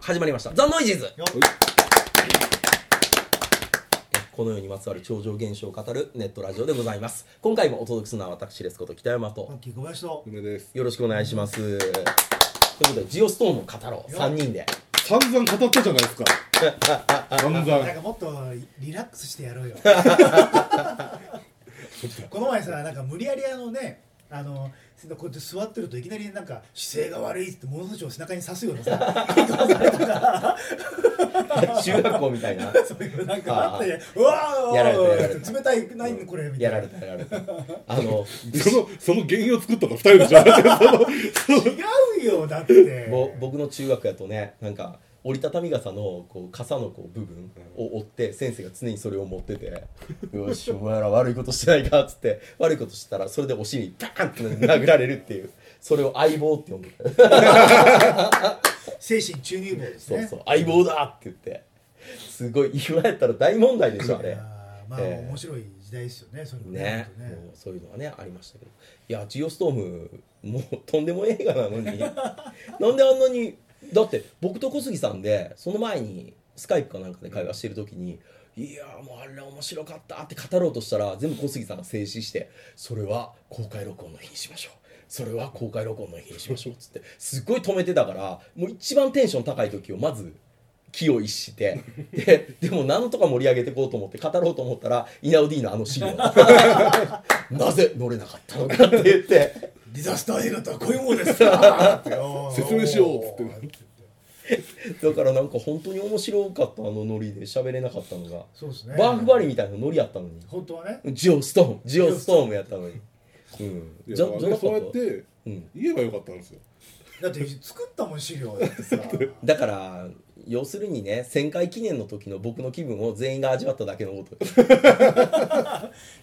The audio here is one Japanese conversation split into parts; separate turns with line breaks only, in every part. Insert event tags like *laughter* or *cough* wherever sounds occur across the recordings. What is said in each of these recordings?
始まりました「ザ・ノイジーズ
よ」
この世にまつわる超常現象を語るネットラジオでございます今回もお届けするのは私ですこと北山と
っきー小林と
梅です
よろしくお願いしますということでジオストーンを語ろう3人
*laughs*
で
散々語ったじゃないですか散々
なんかもっとリラックスしてやろ
*laughs*
うよこの前さなんか無理やりあのねあのこうやって座ってるといきなりなんか姿勢が悪いっつって物差しを背中に刺すよう
*laughs*
なさ顔されたから
中学校みたいな
そういうなんかあってうわー
やられたやられた
冷たいないのこれみた
や
いな
られたやられたあの
そのその原因を作ったの二人でしょ
違うよだって
ぼ僕の中学やとねなんか折りたたみ傘のこう傘のこう部分を折って先生が常にそれを持ってて「よしお前ら悪いことしてないか」っつって悪いことしたらそれでお尻にバーンって殴られるっていうそれを「相棒」って呼んでて
精神注入棒です
そう
ね
そう「相棒だ!」って言ってすごい今やったら大問題でしょあれ。
あーまあ、
ええ
面白い時代ですよねそれも
ね
本当
も
ね
うそういうのはねありましたけどいや「ジオストーム」もうとんでも映画なのに *laughs* なんであんなにだって僕と小杉さんでその前にスカイプかなんかで会話してる時に「いやーもうあれ面白かった」って語ろうとしたら全部小杉さんが静止して「それは公開録音の日にしましょう」それは公開録音の日にしましょうっつってすっごい止めてたからもう一番テンション高い時をまず気を逸してででも何とか盛り上げていこうと思って語ろうと思ったらイナウディーのあの資
*laughs*
料なぜ乗れなかったのかって言って
ディザスター映画とはこういうものですか
*laughs*
説明しようっつって
だからなんか本当に面白かったあのノリで喋れなかったのが、
そうですね
バーフバリみたいなノリやったのに
本当はね
ジオストームジオストームやったのに、うん、
いや
じゃ
だから
じゃ
ね
なか
そう
っ
や
た
って
うん
言えばよかったんですよ
だって作ったもん資料だって
*laughs*
さ
だから要するにね1000回記念の時の僕の気分を全員が味わっただけのこと
い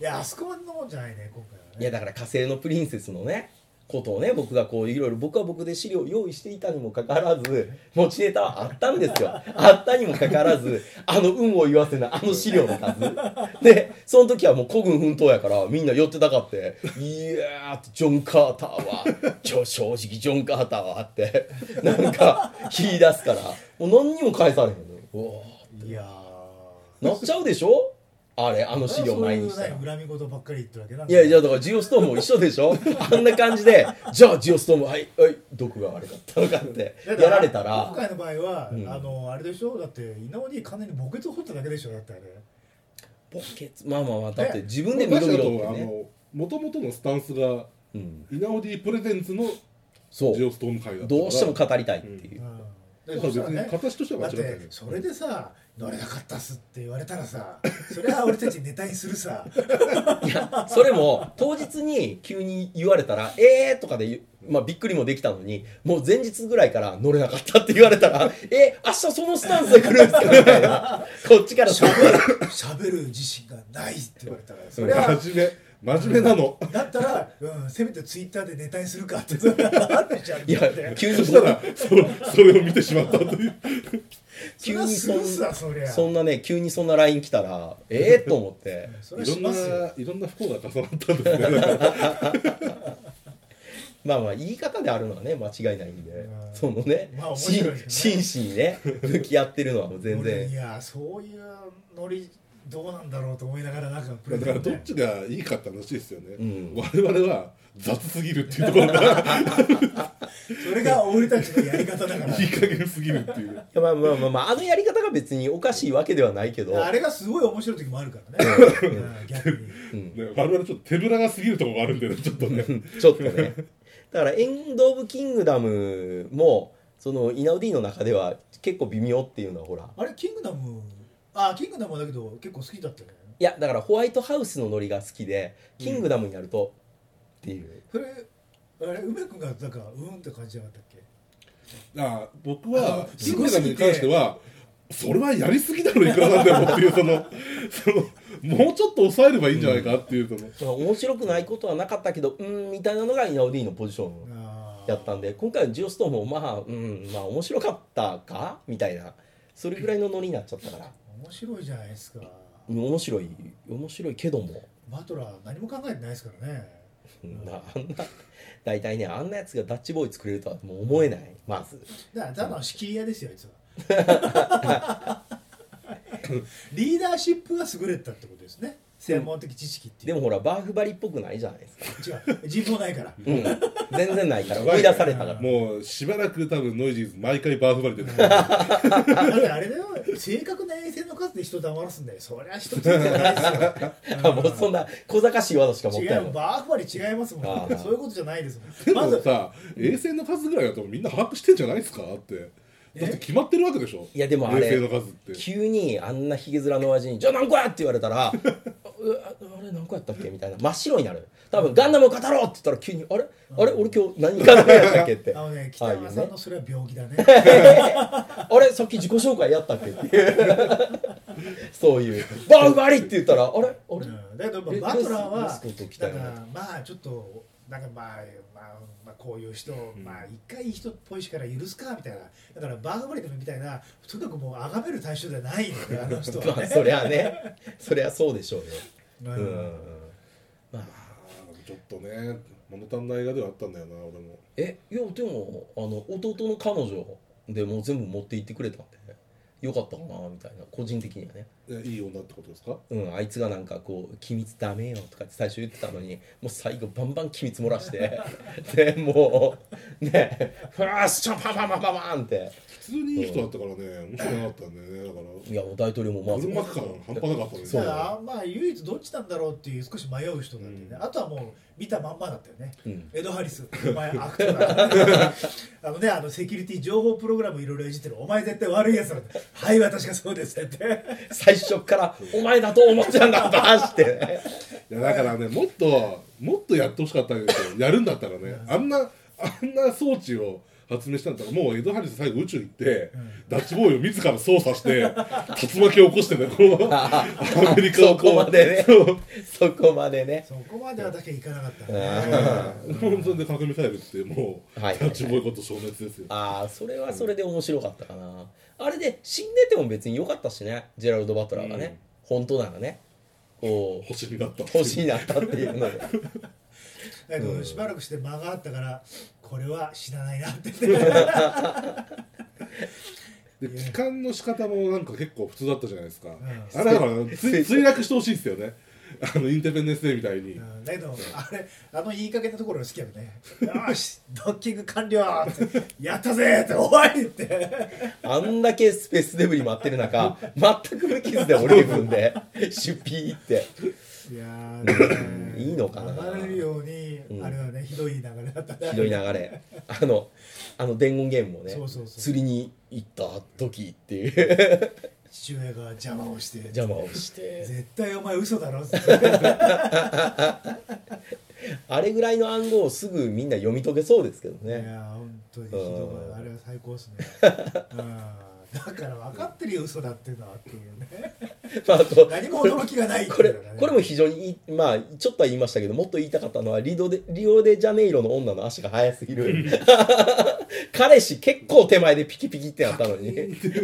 やあそこまでのもんじゃないね今回はね
いやだから火星のプリンセスのねことをね僕がこういろいろ僕は僕で資料を用意していたにもかかわらず持ちネタはあったんですよあったにもかかわらずあの運を言わせないあの資料の数でその時はもう孤軍奮闘やからみんな寄ってたかって「いやージョン・カーターはちょ正直ジョン・カーターは」ってなんか言い出すからもう何にも返されへんのうお
いや
ーなっちゃうでしょあれあの
ー
資料前にし
そう
た
い
ら
うね。恨み事ばっかり言ってるわけなん
いやい
や
やだからジオストームも一緒でし
*laughs*
ょあんな感じでじゃあジオストームはいはい毒が悪かったのかってやられたら
今回の場合は、
うん
あのあれでしょだって稲尾に完全に墓穴を掘っただけでしょだってあれ
ボケツまあまあまあだって
ね
自分で見ろ見ろって
あ
ね、
の元々のスタンスが
うん、
イナオディプレゼンツの
そ
ジオ
う
ストーム会だったから
どうしても語りたいっていうう、
ん
だ
で
から
そした
別
ら
に
ね
形としては
だっ
間違ってない
てそれでさ乗れなかったっすって言われた
*laughs*
らさそれは俺たちネタにするさ
いやそれも当日に急に言われたら「えー」とかで言う、まあ、びっくりもできたのにもう前日ぐらいから乗れなかったって言われた
*laughs*
ら「えー、明日そのスタンスで来るんですか?」みたいなこっちから
しゃべるしゃべる自信がないって言われたからそれは
真面目真面目
*laughs*
なの
だったら、うん、せめてツイッターでネタにするかって、それはあるじゃん。
いや
だって
急
そ
に
したらそそれを見てしまったという
それはするさ、そりゃ。
そんなね急にそんな LINE 来たらええー、と思って
それは
い
*laughs*
ろ
し
んな
ますよ。
いろんな不幸が重なったんですねだから
まあまあ言い方であるのはね間違いないんで
うん
そのね,、
まあ面白い
し
よね
真摯にね向き合ってるのはもう全
俺い
然
や、そういうノリ、どうなんだろうと思いながら、なんか、プレ
だ
ゼ
から
ント
どっ
ね
ちがいいかって話ですよね、
うん
我々は雑すぎるっていうところ
*laughs*
が
それが俺たちのやり方だ
*laughs*
から
いい。加減すぎるっていう
まあまあまあまああのやり方が別におかしいわけではないけど
あれがすごい面白い時もあるからね。うん逆に。
ね我々ちょっと手ぶらが過ぎるところがあるんでねちょっとね
ちょっとねだから「エンド・オブ・キングダム」もそのイナウディの中では結構微妙っていうのはほら
あれ、キングダム、あ、キングダムはだけど、結構好きだったよね。
いやだからホワイトハウスのノリが好きで「キングダム」になると、っていう
それ、あれ、梅君が、なんか、うーんって感じじゃなかったっけ
あ僕
あ
は
の
キングダムに関してはそれはやりすぎだろいくらなんでもっていうその *laughs* そのもうちょっと抑えればいいんじゃないかっていうその、
だから面白くないことはなかったけどうーんみたいなのがイナウディのポジション
あー
やったんで今回のジオストーンもまあうんまあ面白かったかみたいなそれぐらいのノリになっちゃったから
面白いじゃないですか。
面白い面白いけども
バトラー何も考えてないですからね
うんなあんな大体ねあんなやつがダッチボーイ作れるとはもう思えないまず
だからただの仕切り屋ですよあいつは
*laughs*
リーダーシップが優れたってことですね専門的知識ってい
で
う
もほらバーフバリっぽくないじゃないですか、
違う人望な
*laughs*
いから
うん、全然ないから追い出されたから
もうしばらく多分ノイジーズ毎回バーフバリ
*laughs*
出てくる
だってあれだよ正確な衛星の数で人黙らすんだよそりゃ人ついて
*laughs*
ないですよ
あ *laughs* もうそんな小賢しい技しか持って
違う
ない
よ
の
バーフバリ違いますも
あ
ん
ー
そういうことじゃないですも
で
んま
も
ず
さ衛星の数ぐらいだとみんな把握してんじゃないですかってだって決まってるわけでしょ
いやでもあれ
衛星の数って
急にあんなひげ面の親父に「じゃあ何個や!」って言われたら「あ *laughs* うああれ何個やったっけ?」みたいな真っ白になる多分「ガンダムを語ろう!」って言ったら急に「あれあれ俺今日何ガンダムやったっけ?」って
あのね
ああ
北
いう
山さん
ね
のそれは病気だね
*laughs* あれさっき自己紹介やったっけって *laughs* いうそういう「バウバリ!」って言ったら「あれあれ
うんだけど
え
まあバトラーは
レスレスコと来た
だ
よ
か
ね
らまあちょっとなんかまあまあ、まあ、こういう人、まあ一回いい人っぽいしから許すかみたいなだからバーガーバリみたいなとにかくもう崇める対象ではないのであの人は
まあ
ね
そりゃねそりゃそうでしょうよ、
うん
うんまあ
あーなんかちょっとね物足んない映画ではあったんだよな俺も
えいやでもあの弟の彼女でもう全部持って行ってくれたんでよかったかなみたいな個人的にはね
えいい女ってことですか
うん、あいつがなんかこう「機密ダメよ」とかって最初言ってたのにもう最後バンバン機密漏らして *laughs* でもうねフラッシュパンパンパンパンパンって
普通にいい人だったからね面白くなかったんだよねだから
いやもう大統領もまず
車感半端なかったね
そ
だ
う
からまあ唯一どっちなんだろうっていう少し迷う人なんでね、あとはもう見たまんまだったよね、
うん
エド・ハリスお前悪党だあのねあのセキュリティ情報プログラムいろいろいじってるお前絶対悪いやつだってはい私がそうですって言って
最初から「お前だと思ってたんだ」バーして、ね、 *laughs*
いやだからねもっともっとやってほしかったんですよやるんだったらねあんなあんな装置を発明したんだったらもうエド・ハリス最後宇宙行って、ダッチボーイを自ら操作して竜巻を起こしてねこ
*laughs*
うアメリカ
そ
をこう
こまでね
そう
そこまでね
そこまではだけいかなかったね、
本当に核ミサイルってもう、
はい
ダッチボーイこと消滅ですよ
ああそれはそれで面白かったかなあれで死んでても別に良かったしねジェラルド・バトラーがね、本当ならねこ
*laughs*
う
星になった
星になったっていうので。
だけどしばらくして間があったからこれは死なないな *laughs* って言って
で帰還の仕方もなんか結構普通だったじゃないですか、
ん
あれだからつ墜落してほしいですよねあのインテペンデンスデーみたいに、
うんだけどあれあのいい加減なところが好きやもんね「よしドッキング完了!」って「やったぜ!」って「終わり!」って
あんだけスペースデブリ待ってる中全く無傷で降りるんで出費って
いやーね
いいのかな
流れるように、
ん
あれはねひどい流れだったね
ひどい流れあのあの伝言ゲームもね
そうそうそう
釣りに行った時っていう
父親が邪魔をして
邪魔をして
絶対お前嘘だろって
あれぐらいの暗号をすぐみんな読み解けそうですけど
い
ね
やー本当にひど
うん
いあれは最高ですねうんだから分かってるよ嘘だっていうのはっていうね
まああと
何も驚きがないって
こ
い
れ
うのがね
これも非常にいいまあちょっとは言いましたけどもっと言いたかったのはリドでリオデジャネイロの女の足が速すぎる *laughs* 彼氏結構手前でピキピキってなったの
*laughs*
に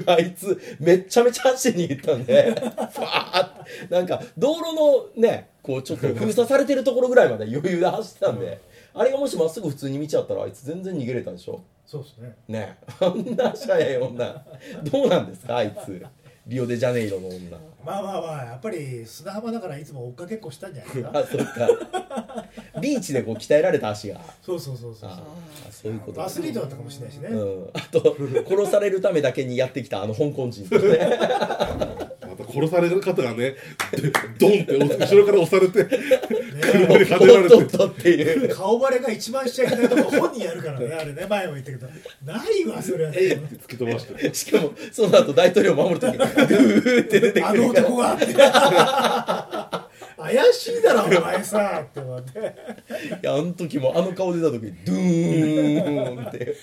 あいつめちゃめちゃ走りに行ったんでファーってなんか道路のねこうちょっと封鎖されてるところぐらいまで余裕で走ってたんで、あれがもしまっすぐ普通に道あったらあいつ全然逃げれたでしょ
そうですね
ね *laughs* えあんな足速い女どうなんですかあいつリオデジャネイロの女
まあまあまあやっぱり砂浜だからいつも追っかけっこしたんじゃないですか
あそっかビーチでこう鍛えられた足が
そうそうそうそう
ああそういうこと
アスリートだったかもしれないしね、
うん、あと殺されるためだけにやってきたあの香港人と
*laughs*
ね
また殺される方がねドンって後ろから押されて
ね
車にはねられ
おっとってとっていう
顔バレが一番しちゃいけないとこ本人やるからねあれね前も言ったけどないわそれは、ね、
突き飛ばして
しかもその後大統領を守る時にドゥーって出て
あ
く
の
るから
男がって怪しいだろお前さって思って
*laughs* いやあの時もあの顔出た時にドゥーンって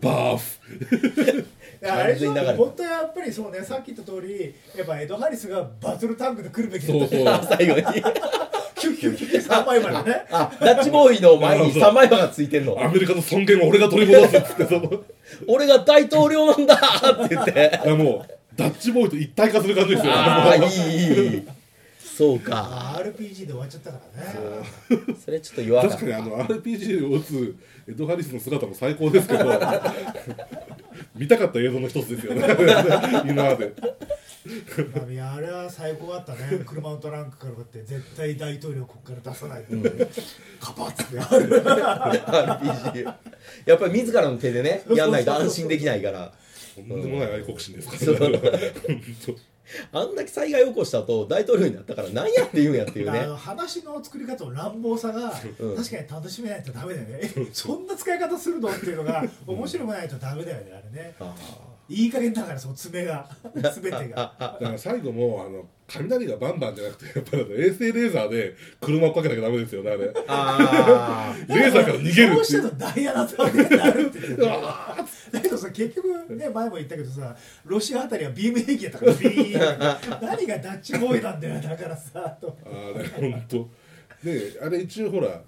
バーフ
いやあれでしょ
完全に流れた
本当はやっぱりそうねさっき言った通りやっぱエド・ハリスがバトルタンクで来るべきだ
そう
った
そう
あ最後に
キュッキュッキュッキュッ3枚までね
あダッチボーイの前に三枚刃がついてんの
アメリカの尊厳を俺が取り戻すっつってその
俺が大統領なんだって言って
あもうダッチボーイと一体化する感じですよ
ああいいいいいいそうか
あ RPG で終わっちゃったからね
それちょっと弱かった
確かにあの RPG を打つエド・ハリスの姿も最高ですけど見たかった映像の一つですよね *laughs* 今まで
まあいやあれは最高だったね車のトランクからこうやって絶対大統領ここから出さないと、カパッつってある
RPG やっぱり自らの手でねやんないと安心できないから
とんでもない愛国心です
そ
から
う
ね
あんだけ災害起こした後大統領になったからなんやって言うんやっていう
あ
ね
の話の作り方の乱暴さが、
うん
確かに楽しめないとダメだよねえそんな使い方するのっていうのが面白くないとダメだよねあれね
あ
いい加減だからその爪が *laughs* 全てが
*laughs* だから最後もあの雷がバンバンじゃなくてやっぱりあの衛星レーザーで車をかけなきゃダメですよねあれレ
ーあー
ーザーから逃げる
そう
っ
して
い
た
う
とダイヤだったわけになるっていう
*laughs* うわーっ
だけどさ結局ね前も言ったけどさロシアあたりはビーム兵器だったからビーン何がダッチボーイなんだよだからさと
あれ本当であれ一応ほら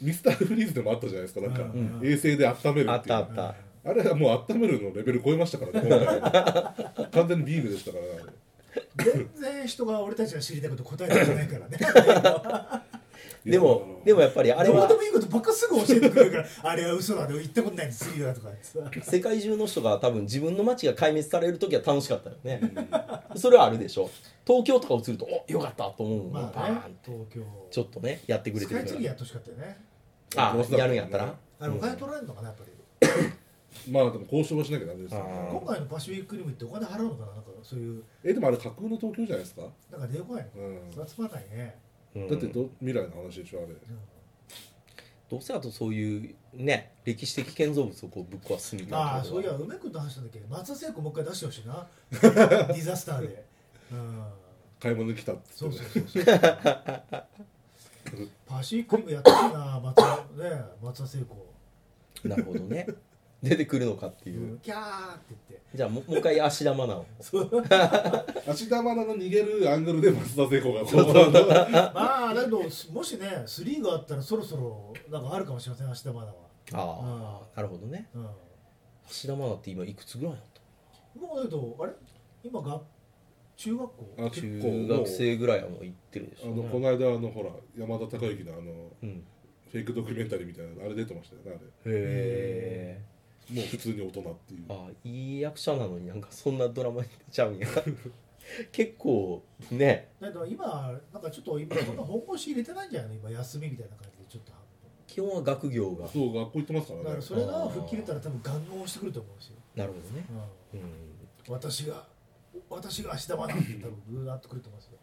ミスターフリーズでもあったじゃないですかなんか、
うん
衛星で温める
あ
っ
って
い
た
う
あった
あれはもう温めるのレベル超えましたからね今回完全にビームでしたからね
全然人が俺たちが知りたいこと答えてくれないからね
でもでもやっぱりあ
*laughs* あ
れ
れどう
は
でもいいことばっかすぐ教えてくれるからあれは嘘だで言ったことないんですよだとかさ
世界中の人が多分自分の街が壊滅される時は楽しかったよねそれはあるでしょ東京とか映るとおよかったと思うの
ま
バ
あ
ーン
ね
って
東京
ちょっとねやってくれ
ス
て
カイ
る
ツ
か
リー
ら
やってほしかったよね
あやるんやったら
あれお金取られるのかなやっぱり、
まあでも交渉はしなきゃダメですよ
あ
ね
ー
今回のパシフィックリムってお金払うのかななんかそういう
えでもあれ架空の東京じゃないですか、
なんか出よこないのか
う
な、
ん、
それはつまんない
う
ね、
ん
だってど未来の話でしょあれ
どうせあとそういうね歴史的建造物をこうぶっ壊すみたいな
ああそういや梅君と話したんだっけ松田聖子もう一回出してほしい *laughs* なディザスターでうん
買い物に来たっつ
そ
っ
う
て、
そ
ね、
うそうそうパシフィックリムやってるな松田ね松田聖子
なるほどね出てくるのかっていう、
キャーって言って
じゃあももう一回芦田愛菜を
芦田愛菜の逃げるアングルで松田聖子がこう
まあだけどもしねスリーがあったらそろそろなんかあるかもしれません明日まだは、
ああなるほどね
うん、
芦田愛菜って今いくつぐらいだった
もうだけどあれ今が中学校
あ結構
中
もう
学生ぐらいはもう行ってるでし
あ
ょう
の
ね
この間あのほら山田孝之のあの
うん、
フェイクドキュメンタリーみたいなのあれ出てましたよねあ
へえ
れもう普通に大人っていう
あいい役者なのになんかそんなドラマに出ちゃうん *laughs* や結構ね
だけど今なんかちょっと今そんな本腰入れてないんじゃないの今休みみたいな感じでちょっと
基本は学業が
そう学校行ってますか
だ
ら
か
ね
らそれが吹っ切れたら多分ガンガン押してくると思うんですよ、
なるほどね
うん
うん
私が私が明日まだって多分グーなってくると思うんですよ、うん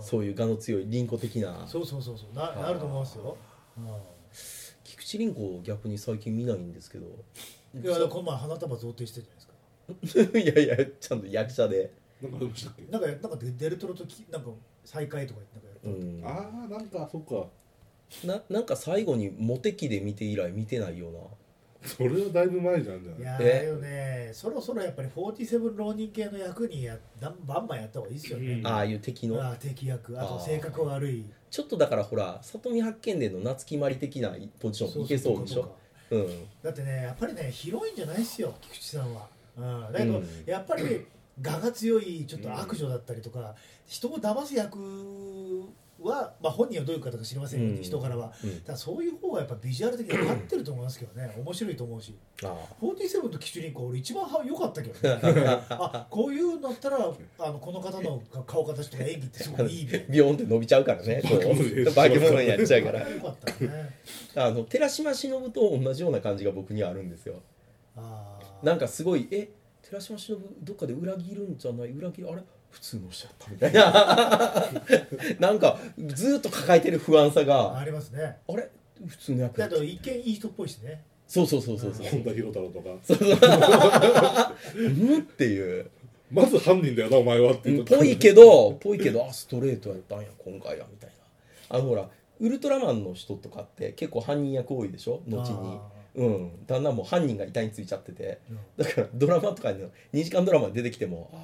そういう我の強い凛子的な
そうそうそうそうななると思いますよ、う
菊池凛子を逆に最近見ないんですけど
ん、いやだからこの前花束贈呈してるじゃないですか
*laughs* いやいやちゃんと役者で
なんかありましたっけ
なんかなんかデデルトロときなんか再会とか言ってなん
う
かやっ
ん
ああなんかそっか
ななんか最後にモテ期で見て以来見てないような
それはだいぶ前じゃんじゃ
たい
ない
やー
え
だよねそろそろやっぱり47浪人系の役にやだんバンバンやった方がいいですよね、
うん
ああいう敵の
ああ敵役あ
あ
と
ー
性格悪い
ちょっとだからほら里見八犬伝の夏木マリ的なポジションいけそうでし
か
ょ
か
うん
だってねやっぱりね広いんじゃないっすよ菊池さんは、うん、だけど、
うん
やっぱり我が強いちょっと悪女だったりとか、人を騙す役は、まあ、本人はどういう方か知りませんけど、
うん
人からは
うん
ただそういう方がやっぱビジュアル的に合ってると思いますけどね面白いと思うし
あ
47とキチュリンコ俺一番は良かったけど、ね、 *laughs* あこういうのだったらあのこの方の顔形とか演技ってすごくいいね
あビヨーンって伸びちゃうからねこう
化け物に
化け物になっちゃうか
あれ良かったね
らあの寺島しのぶと同じような感じが僕にはあるんですよ
あー
なんかすごいえ寺島しのぶどっかで裏切るんじゃない裏切るあれ普通のしちゃったみたいな *laughs* なんかずーっと抱えてる不安さが
ありますね
あれ普通の役だ
だ
っ
けど
た
一見いい人っぽいしね
そうそうそうそうそう
本田博太郎とか
うんっていう
まず犯人だよなお前はって言っ
ぽ
た
いけどぽいけどあストレートやったんや今回はみたいなあのほらウルトラマンの人とかって結構犯人役多いでしょ後に
あ
うんだんだんもう犯人が遺体についちゃってて
うん
だからドラマとかに2時間ドラマに出てきてもあ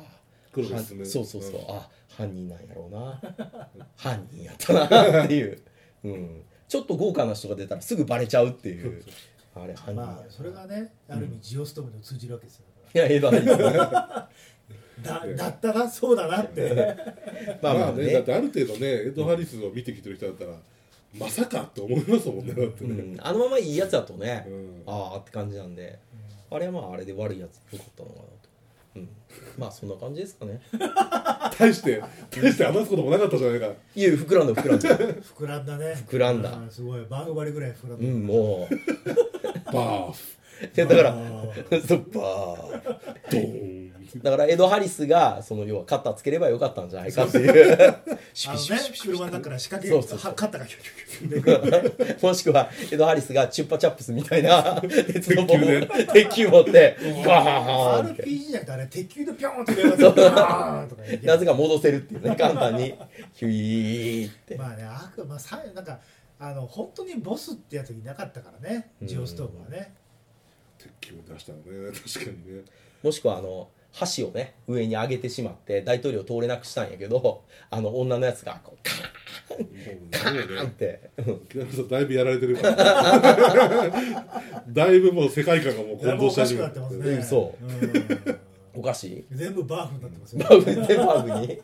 黒
は
で
ん
すね
そうそうそう、あ犯人なんやろうな *laughs* 犯人やったなっていう、うん、ちょっと豪華な人が出たらすぐバレちゃうっていうあれ犯人や
まあそれがねある意味ジオストームにも通じるわけですよ、
いやええだろいいだろ
いだだったなそうだなって
まあまあ
ねだっ
ね
てある程度ねエド・ハリスを見てきてる人だったら、まさかって思いますもんねだって
うん
ね、
あのままいいやつだとね
うん
ああって感じなんであれはまああれで悪いやつよかったのかなとうんまあそんな感じですかね *laughs*
大して大して話すこともなかったじゃないか
いや膨らんだ膨らん
*laughs*
だ
膨らんだね
膨らんだ
うすごいバーグバリぐらい膨らん
う
だ、
んもう
バーフ
いやだから
あ
*laughs* そっか
ドーン
だからエド・ハリスがその要はカッターつければよかったんじゃないかっていうシ
あ
ュ
の
ピシュピシ
ね
ュピシュ
車の中から仕掛け
そうそうそう
はカッタがヒュヒュヒュヒ
*laughs*
ュ
もしくはエド・ハリスがチュッパチャップスみたいな鉄の棒を
鉄球
鉄球持ってバーンって
RPG じゃなくてあれ鉄球でピョーンって出ますよバーンとかい
な
や
ぜか戻せるっていうね簡単にヒュイーって
まあねあくまあさなんかあの本当にボスってやついなかったからねジオストームはね
鉄球出したのね確かにね
もしくはあの箸をね上に上げてしまって大統領通れなくしたんやけど *laughs* あの女のやつがこう
もう
カーンっ
ね
てうん
木南さんだいぶやられてるからだいぶもう世界観がもう
いや
混
もう
同
お
し
か
たり
しくなってますね、
うんそ
うん
おかしい
全部バーフになってますよ
バグってバグに。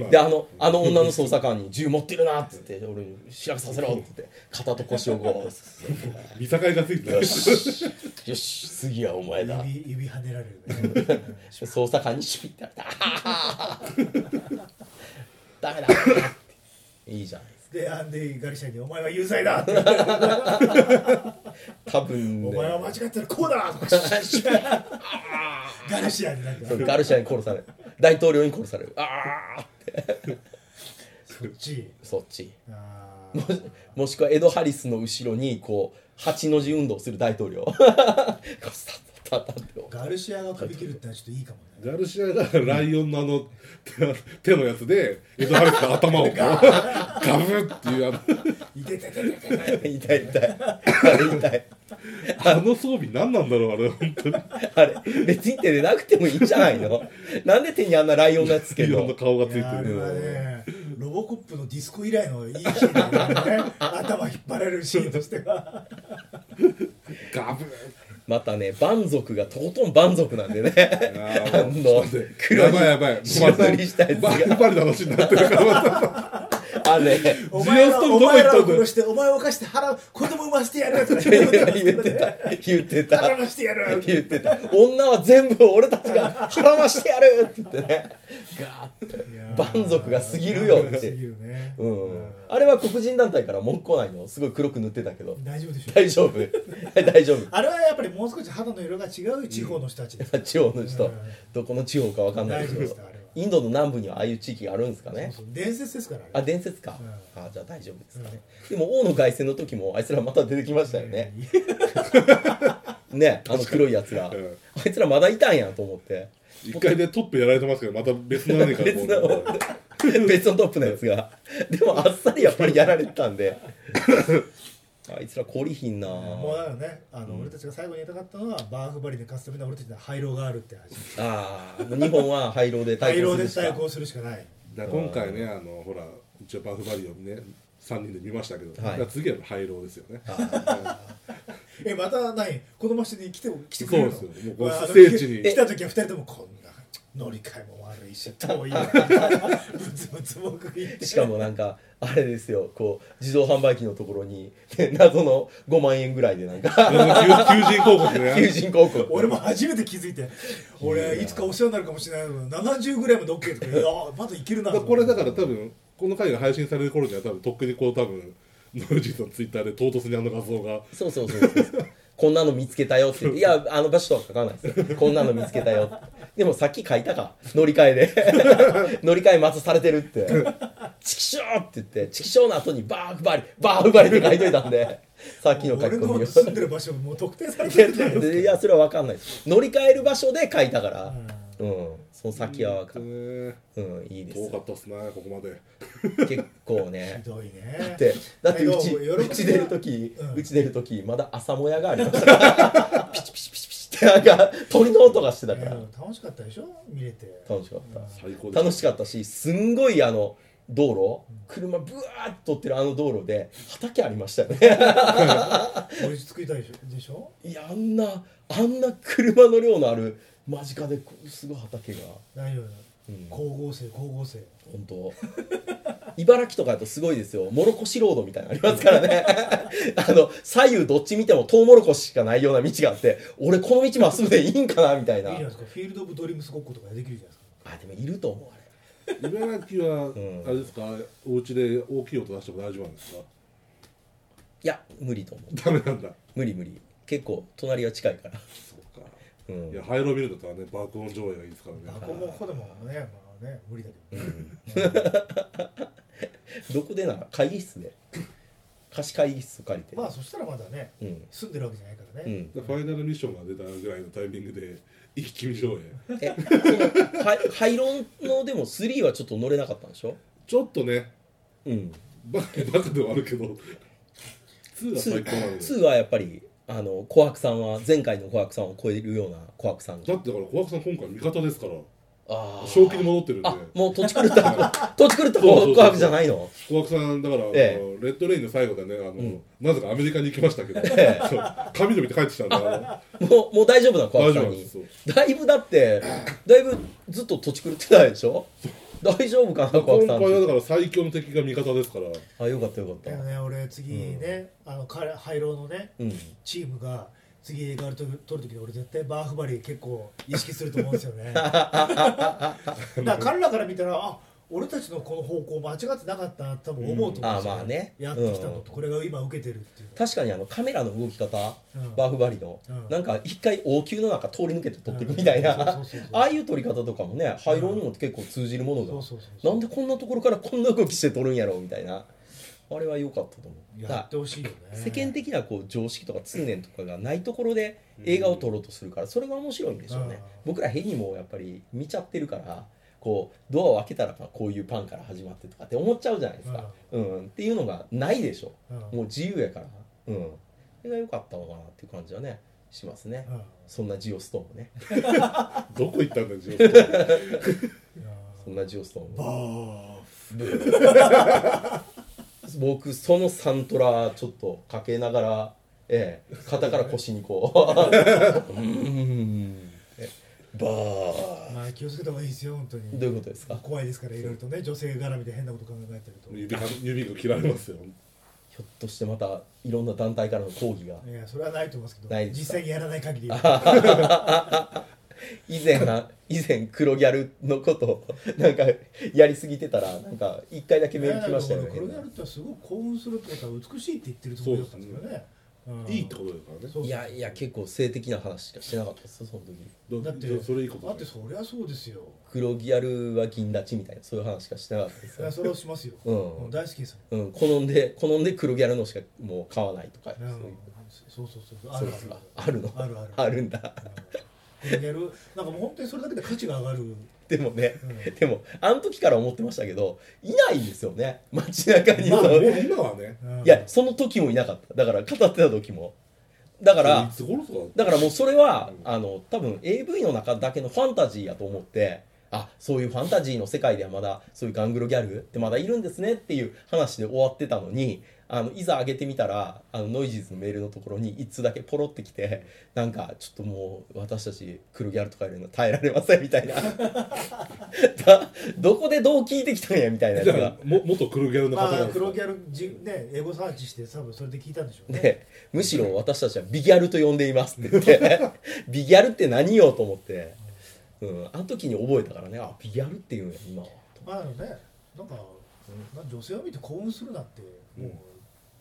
まあ
であのあの女の捜査官に銃持ってるなっつって俺に調べさせろっつって肩と腰をこ
見境がついてる
うよし次はお前だ
指指跳ねられるね
捜査官にシュピってやったダメだっていいじゃないです
でアンディ・ガリシャに「お前は有罪だ!」って言って
か多分
お
ね
前は間違ってるこうだ!」とかガリシアになんか
そうガルシアに殺される大統領に殺されるああ
そっち
そっち
あ
もし
ー
もしくはエド・ハリスの後ろにこう八の字運動をする大統領 *laughs* スタッタッタッタッと
ガルシアが飛び切るってのはちょっといいかもね
ガルシアがライオンのあの手手のやつでエドハルスの頭
*laughs*
をこうガブッっていうあの
いてててててて
痛い痛いあれ痛い
あの装備何なんだろうあれ本当に
あれ別に手でなくてもいいんじゃないのなんで手にあんなライオンのやつつけ
い
る
ろんな
の
顔がつい
い
て
やあれは
る
ねロボコップのディスコ以来のいいシーンだよね頭引っ張られるシーンとしては
ガブッ
またね蛮族がとことん蛮族なんでね
あ
あ
ーも
の
うちょっと待って
黒
や
い
ばいやばい
白塗りしたやつ
バ
が
リバリの話になってるからまた
あれね
お前
ジオ
ら
ストーム
お
どこ行
前
った
ら
んだよ
を殺してお前を犯して腹を子供産ませてやるとか言ってた
言って
*laughs*
た言って
腹
た
出してやる
言ってた女は全部俺たちが腹ましてやるって言ってねガーって蛮族が過ぎるよって
過ぎるね
うんあれは黒人団体から文句来ないのすごい黒く塗ってたけど
大丈夫でしょう
大丈夫大丈夫
あれはやっぱりもう少し肌の色が違う地方の人たちですから
地方の人、
うん
どこの地方かわかんないけ
大丈夫で
ど
すあれは
インドの南部にはああいう地域があるんですかね
そうそう伝説ですから
あ
あ
伝説か、
う
あじゃあ大丈夫ですかね、でも王の凱旋の時もあいつらまた出てきましたよ
れ
ね、ねあの黒いやつが、
うん
あいつらまだいたんやと思って
一回でトップやられてますけどまた別の何か
*laughs* 別
こ
の
う
別のトップのやつがでもあっさりやっぱりやられてたんであいつら懲りひんな
もうだからねあの、俺たちが最後にやりたかったのはバーフバリで勝つためには俺たちの廃炉があるって話
ああもう日本は廃炉で
廃
対抗す
炉で
るし
対
か
抗するしかない
だから今回ねあのほら一応バフバリをね3人で見ましたけど、
はい
だから次は廃炉ですよね
えまた何この場所に来て来てく
そ
れ
う
る
で
の
すよもうこう
あの
聖地に
来た時は二人ともこんな乗り換えも悪いし遠いよブツブツ僕言って
しかもなんかあれですよこう自動販売機のところに、ね謎の5万円ぐらいでなんか
あの求人広告ね
求人広告
俺も初めて気づいて俺いつかお世話になるかもしれないの70ぐらいまで OK とか言ういやまだいけるな
だからこれだから多分この回が配信される頃には多分とっくにこう多分ノルジーさんのツイッターで唐突にあの画像が
そうそうそうそうこんなの見つけたよって言っていやあの場所とは書かないですよこんなの見つけたよでもさっき書いたか乗り換え
*laughs*
で乗り換え待たされてるって「チキショー!」って言って「チキショー」の後にバーフバリバーフバリって書いといたんでさっきの書き
俺
込み
の
を
住んでる場所ももう特定され
い
て
や
るじゃないです
いやそれは分かんないです乗り換える場所で書いたからうん、その先は分かんない
ね
うんいいです
遠かったっすねここまで
結構
か
ね
ひどいね
だってだってうち
はいどうも
うち出る時
うん
うち出る時まだ朝もやがありました *laughs* ピチピチピチピチってなんか鳥の音がしてた
い
か
や
ら
楽しかったでしょ見れて
楽しかった
最高で
楽
し
しかったしすんごいあの道路車ブワーッと通ってるあの道路で畑ありましたよね
俺作りたいでしょでしょ
いやあんなあんな車の量のある間近でこうすごい畑が、
大丈夫だ、
うん
光合成光合成
本当茨城とかだとすごいですよもろこしロードみたいなのありますからね *laughs* あの左右どっち見てもトウモロコシしかないような道があって俺この道まっすぐでいいんかなみたい
いい
な
じゃないですかフィールド・オブ・ドリームスごっことかできるじゃないですか
あでもいると思うあれ
茨城は
ん
あれですか、お家で大きい音出しても大丈夫なんですか
いや無理と思う
ダメなんだ
無理無理結構隣は近いから、 *laughs*
そうか
うん
いやハイロービルだとはね爆音上映がいいですからね
学校も子供もね,、まあ、ね無理だけど、
どこでなら会議室で貸し会議室借りて、
*laughs* まあそしたらまだね
うん
住んでるわけじゃないから
う
ね、
ん、
でファイナルミッションが出たぐらいのタイミングで一気に上映
えその *laughs* ハイハイロンのでも3はちょっと乗れなかったんでしょ
ちょっとね
うん
バカバカではあるけど2は最高なのよ
2はやっぱりあの琥珀さんは前回の琥珀さんを超えるような琥珀さん
だ
が
ってだから小悪さん今回味方ですから
あー
正気に戻ってるんで
あもう土地狂った
*laughs*
土地狂った
そうそうそう
琥珀じゃないの
小悪さんだから、あの
え
レッドレインの最後でねあの、
ん
なぜかアメリカに行きましたけど、
え
そう髪伸びて帰ってきたん
*laughs*
だから
もうもう大丈夫な琥珀
大丈
さん
夫なんで
に
すよ
だいぶだってだいぶずっと土地狂ってないでしょ大丈夫かな琥珀
今
さん
回はだから最強の敵が味方ですから
あよかったよかった
だよね俺次ね、あの彼ハイローのね
うん
チームが次映画を撮る撮る時に俺絶対バーフバリ結構意識すると思うんですよ
*laughs*
ねだから彼らから見たらあ俺たちのこの方向間違ってなかったなって多分思うと思うんで
う
すよ、
んあまあね
やってきたの
うん
とこれが今受けてるっていうの
確かにあのカメラの動き方、
うん
バーフバリの、
うん
なんか一回王宮の中通り抜けて撮っていくみたいな、
うんそうそうそうそう
*laughs* ああいう撮り方とかもね廃炉にも結構通じるものが、
そうそうそうそう
なんでこんなところからこんな動きして撮るんやろうみたいなあれは良かったと思うだ
やっ
か
てほしいよね
ら世間的なこう常識とか通念とかがないところで映画を撮ろうとするからそれが面白いんでしょうね、
うん
僕らヘリもやっぱり見ちゃってるからこうドアを開けたらこういうパンから始まってとかって思っちゃうじゃないですか、うん、っていうのがないでしょ
うん
もう自由やから、うん、それが良かったのかなっていう感じはねしますね、
うん
そんなジオストーンをね
どこ行ったんだよジオストーン
いや
そんなジオストーンを
バー
僕そのサントラちょっとかけながら、え *laughs* え、肩から腰にこううーん *laughs* えバー
まあ気をつけた方がいいですよ本当に
どういうことですか
怖いですからいろいろとね女性絡みで変なこと考えてると
*laughs* 指が指が切られますよ
ひょっとしてまたいろんな団体からの抗議が
いやそれはないと思いますけ
ない
ど
ですか
実際にやらない限り
*laughs* 以前は以前黒ギャルのことをなんかやりすぎてたらなんか一回だけメール来ましたよ
いやいやだからこれやる
ね
ってすごく興奮するってことは美しいって言ってるつもりだったんですけどねうん
いいってことだからね
そう
いやいや結構性的な話しかしてなかったですよその時
だ
だ
っ
って
て
それいいこと
だ
だ
っ
ね
てそりゃそうですよ
黒ギャルは銀立ちみたいなそういう話しかしてなかったです
いや
よ、
それをしますよ
うん
うん大好きですよ
うん、好んで好んで黒ギャルのしかもう買わないとか
う
そういうん
そうそうそうあ
そう
る
ですか
あ
あ
る
るの
あるある
あるんだ
これやるなんかもう本当にそれだけで価値が上がる
でもね、
うん
でもあの時から思ってましたけどいないんですよね街中に、
ま
そ
あも
の
う今はね
うん
いやその時もいなかっただから語ってた時もだから
いつ頃とか
だからもうそれは、あの多分 AV の中だけのファンタジーやと思ってあそういうファンタジーの世界ではまだそういうガングロギャルってまだいるんですねっていう話で終わってたのにあのいざ上げてみたらあのノイジーズのメールのところに1通だけポロってきてなんかちょっともう私たち黒ギャルとかいるの耐えられませんみ *laughs* たいなだどこでどう聞いてきたんやみたいなやつ
じゃ
が
あ。も元黒ギャルの方
ま
な
あ
んですか
黒ギャルじねエゴサーチして多分それで聞いたんでしょうね
でむしろ私たちはビギャルと呼んでいますって言って *laughs* ビギャルって何よと思って、うん、あの時に覚えたからねあビギャルっていうんや今は
まあねなんか、なんか女性を見て興奮するなってもう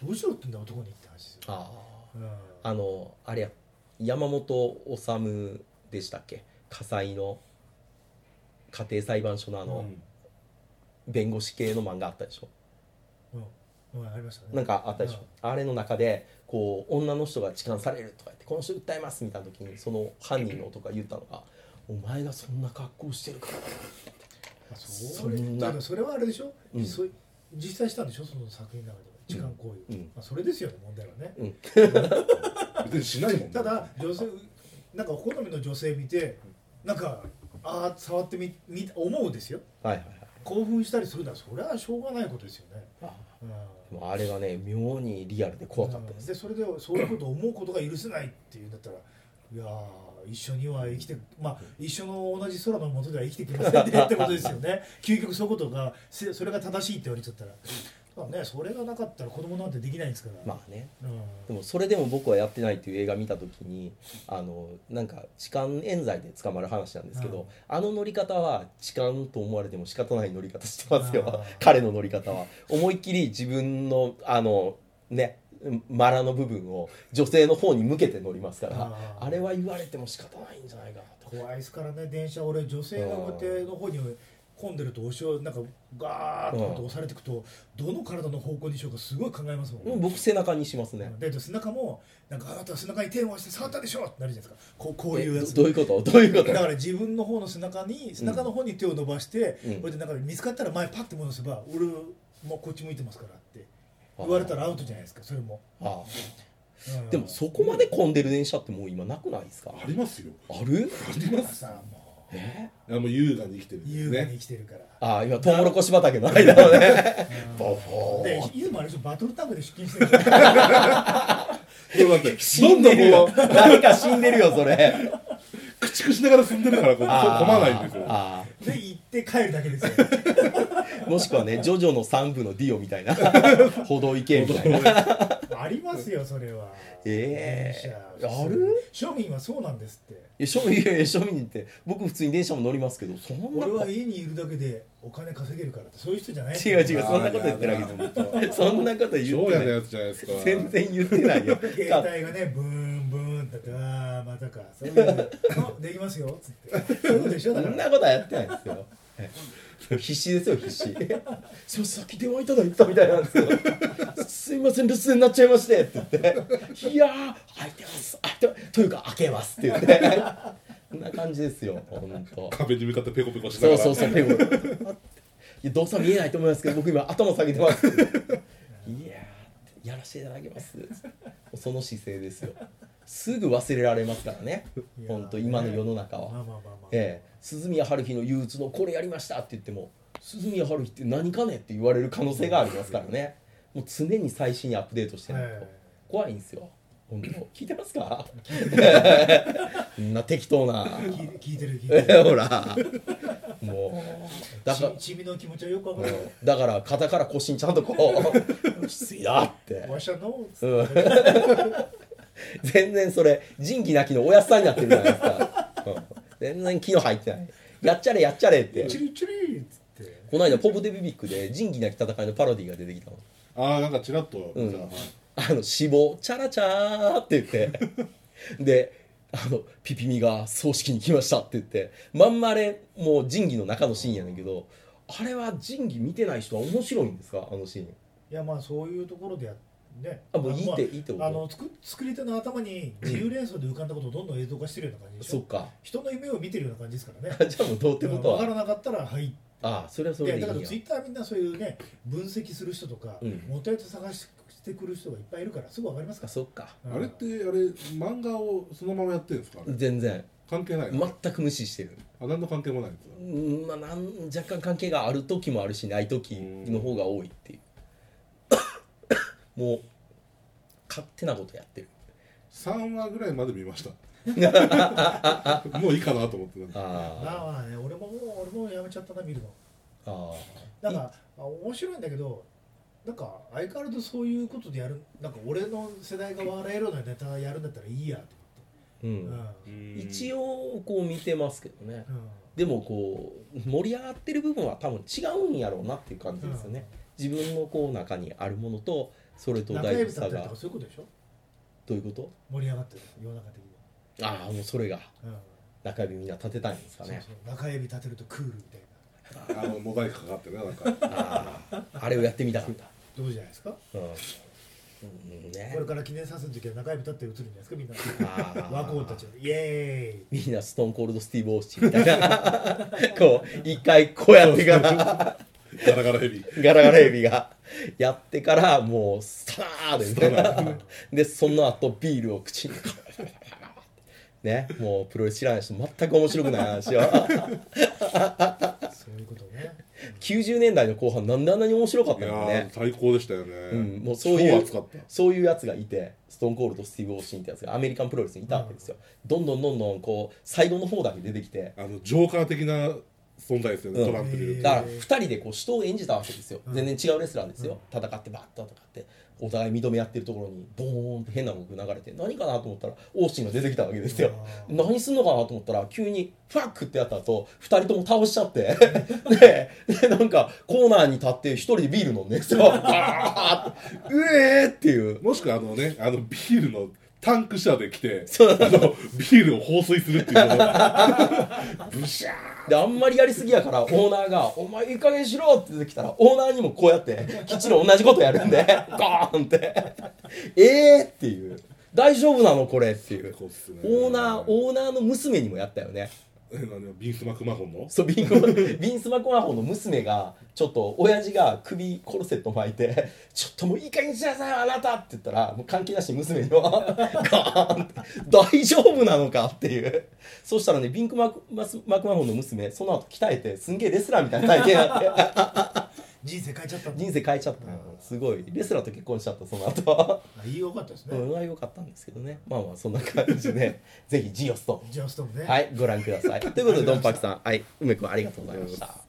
どうしろって言うんだ男にって話ですよ、
あ
うん
ああのあれや山本治でしたっけ火災の家庭裁判所のあ
う
の
ん
弁護士系の漫画あったでしょ
うんうん、ありましたね
なんかあったでしょ、あれの中でこう女の人が痴漢されるとか言ってこの人訴えますみたいな時にその犯人の男が言ったのが「お前がそんな格好してるから」
あそ
そ
れ
んな
だからそれはあれでしょ、う
うん
実際したんでしょその作品の中では痴漢行為、
うんうん
まあ、それですよね問題はね、
うん
別にしないもんね
ただ女性なんか好みの女性見てなんかああ触ってみみ思うですよ
はいはいはい
興奮したりするのはそれはしょうがないことですよね、うん
でもあれがね妙にリアルで怖かったです、
でそれでそういうことを思うことが許せないっていうんだったらいやー一緒には生きてまあ一緒の同じ空の下では生きてきませんねってことですよ
*laughs*
ね究極そういうことがせそれが正しいって言われちゃったらまあねそれがなかったら子供なんてできないんですから、
まあね
うん
でもそれでも僕はやってないっていう映画見た時にあのなんか痴漢冤罪で捕まる話なんですけど、
うん
あの乗り方は痴漢と思われても仕方ない乗り方してます
あー
よ彼の乗り方は思いっきり自分のあのねマラの部分を女性の方に向けて乗りますから
あ
あ
ー
れは言われても仕方ないんじゃないかなと
怖いですからね電車俺女性が表の方に混んでると押しをなんかガーッと押されていくとどの体の方向にしようかすごい考えますもん、
うん僕背中にしますね、
で背中もなんかあなたは背中に手を押して触ったでしょってなるじゃないですかこうこういうや
え
つ
どどういうことどういうこと
*laughs* だから自分の方の背中に背中の方に手を伸ばして、
うん
これでなんか見つかったら前パッて戻せば俺もうこっち向いてますからって言われたらアウトじゃないですかそれも、
あ
うん
ーでもそこまで混んでる電車ってもう今なくないですか
ありますよ
ある
ありま
だから
す
さもう
え
あもう優雅に生きてるんで
優
す
雅に
ね
生きてるから、
ああ今トウモロコシ畑の間のねボ
うん
フォ
で
ー
いつもあれでしょバトルタンクで出勤してるか
*laughs*
ら
そうだって
*laughs* 死
どん
ん
ど
で
ん
る
こ
よ
う
誰か死んでる *laughs* よそれ
駆逐しながら進んでるからこう
あー
困らないんですよ
あ
で行って帰るだけですよ
ーもしくはねジョジョの3部のディオみ *laughs* たいな歩道行けみたいな
ありますよそれは
ええ
電車
ある
庶民はそうなんですって
いや庶民いやいや庶民って僕普通に電車も乗りますけどそんな
俺は家にいるだけでお金稼げるからってそういう人じゃない
違う違うそんなこと言ってるわけじゃないそんなこと言
超
って
やな
ない
やつじゃないですか
全然言ってないよ
携帯がねブーンブーンだってああまたかそういうのできますよっつってそういうことでしょ
そ
だか
ん
ら
なことはやってないですよ。 *laughs* 必死ですよ必死。 *laughs* すいませんさっき電話いただいたみたいなんですけど、 *laughs* すいません留守電になっちゃいましてって言って、いやー開いてます開いてますというか開けますって言って、 *laughs* そんな感じですよ本当。
壁に向かってペコペコしな
そ
が
う
ら
そうそうペコ。いや動作見えないと思いますけど僕今頭下げてます。いやーやらせていただきます。その姿勢ですよ。すぐ忘れられますからね
いやー
本当今の世の中は
まあ。まあまあまあ、
ええ、鈴宮春日の憂鬱のこれやりましたって言っても鈴宮春日って何かねって言われる可能性がありますからねもう常に最新にアップデートしてない
は
と
い
怖いんですよ本当聞いてますかそんな適当な
聞い聞いてる聞いてる
ほらもうだから
ちちびの気持ちはよくわかるよ
だから肩から腰にちゃんとこうきついなって
わしゃのつ
う
っ
ん
て
全然それ仁義なきのおやっさんになってるじゃないですか、うん全然気の入ってないやっちゃれやっちゃれって
チュルチュルっつって
この間ポブデビビックで仁義なき戦いのパロディが出てきたの
ああなんかちらっと
うん
じゃあはい
あの死亡チャラチャーって言ってであのピピミが葬式に来ましたって言ってまんまあれもう仁義の中のシーンやねんけどあれは仁義見てない人は面白いんですかあのシーン
いやまあそういうところでやね
あもういいって
ま
いいってこと
あの作作り手の頭に自由連想で浮かんだことをどんどん映像化してるような感じでし
そ
ょ
っか
人の夢を見てるような感じですからね
じゃあもうどう *laughs* ってこと
分から
は
なかったらはい
ああそれはそ
い
れ
や
でい
だから
いんや
ツイッターみんなそういうね分析する人とか、
うん
元ネタ探してくる人がいっぱいいるからすぐ分かります
あ
か、
そっから
あれってあれ漫画をそのままやってるんですかあれ
全然
関係ないの
全く無視してる
あ何の関係もないんですよ
うんまあなん若干関係がある時もあるしない時の方が多いっていうもう勝手なことやってる
3話ぐらいまで
*laughs*
見ましたもういいかなと思ってたんで
あ
まあね俺ももう俺もやめちゃったな見るの
ーあ
なんかあ面白いんだけどなんか相変わらずそういうことでやるなんか俺の世代が笑えるようなネタやるんだったらいいやと
う
思
ん、
って、
一
応
応こう見てますけどね
うんうん
でもこう盛り上がってる部分は多分違うんやろうなっていう感じですよね、自分のこう中にあるものとそれと
中
大
指
事
さ
さ
んだった
が
とかそういうことでしょ
どういうこと
盛り上がってる世の中的に
ああもうそれが
は、うん
中指みんな立てたいんですかね
そうそう中指立てるとクールみたいな
あのモザイクかかってねなんか
あああれをやってみたかった
どうじゃないですかこ
うんうんね
れから記念撮影の時は中指立って映るんじゃないですかみんな
あー
和光たちはイエーイ
みんなストーンコールドスティーブ・オーシーみたいな *laughs* こう一回こうやってから
ガラガ
*laughs*
ラヘビ
ガラガラエビがやってからもうスターでみたい
スタ
なでその後ビールを口にね *laughs* もうプロレス知らない人全く面白くない話を
そういうことね
90年代の後半なんであんなに面白かっ
い
た
や
のか
ー
ね
最高でしたよね、
うんもうそういう
超熱かった
そういうやつがいてストーンコールドとスティーブ・オーシンってやつがアメリカンプロレスにいたわけですよ、どんどんどんどんこう最後の方だけ出てきて
あのジョーカー的な存在ですよね、
うん
トランプでいうと
だから2人でこう死闘を演じたわけですよ、
うん
全然違うレスラーですよ、戦ってバーッと戦ってお互い認め合ってるところにボーンって変な音楽流れて何かなと思ったらオーシンが出てきたわけですよ
う
何すんのかなと思ったら急にファックってやった後2人とも倒しちゃって
*laughs*
ででなんかコーナーに立って1人でビール飲んでそバーッてうえーっていう
もしくはあのねあのビールのタンク車で来てあのビールを放水するっていう *laughs* のがブシャー
であんまりやりすぎやからオーナーが「お前いい加減しろ」って出てきたらオーナーにもこうやってきっちり同じことやるん
*laughs*
でゴーンって「えー!」っていう「大丈夫なのこれ」っていう
そうっすね
オーナーオーナーの娘にもやったよね
えあのビンス・マクマホンの
そうビンコ *laughs* ビンス・マコマホの娘がちょっと親父が首コルセット巻いて「ちょっともういい加減にしなさいあなた」って言ったらもう関係なしに娘には *laughs* ガーンって「大丈夫なのか?」っていうそしたらねビンクマクマスマクマホの娘その後鍛えてすんげえレスラーみたいな体型になって *laughs*
人生変えちゃったんだ
人生変えちゃったのすごいレスラーと結婚しちゃったその後
あいいよかったです
う
ね、
んは良かったんですけどねまあまあそんな感じでぜひジオスト
ジャストもね
はいご覧くださいということでドンパクさんはい梅君ありがとうございました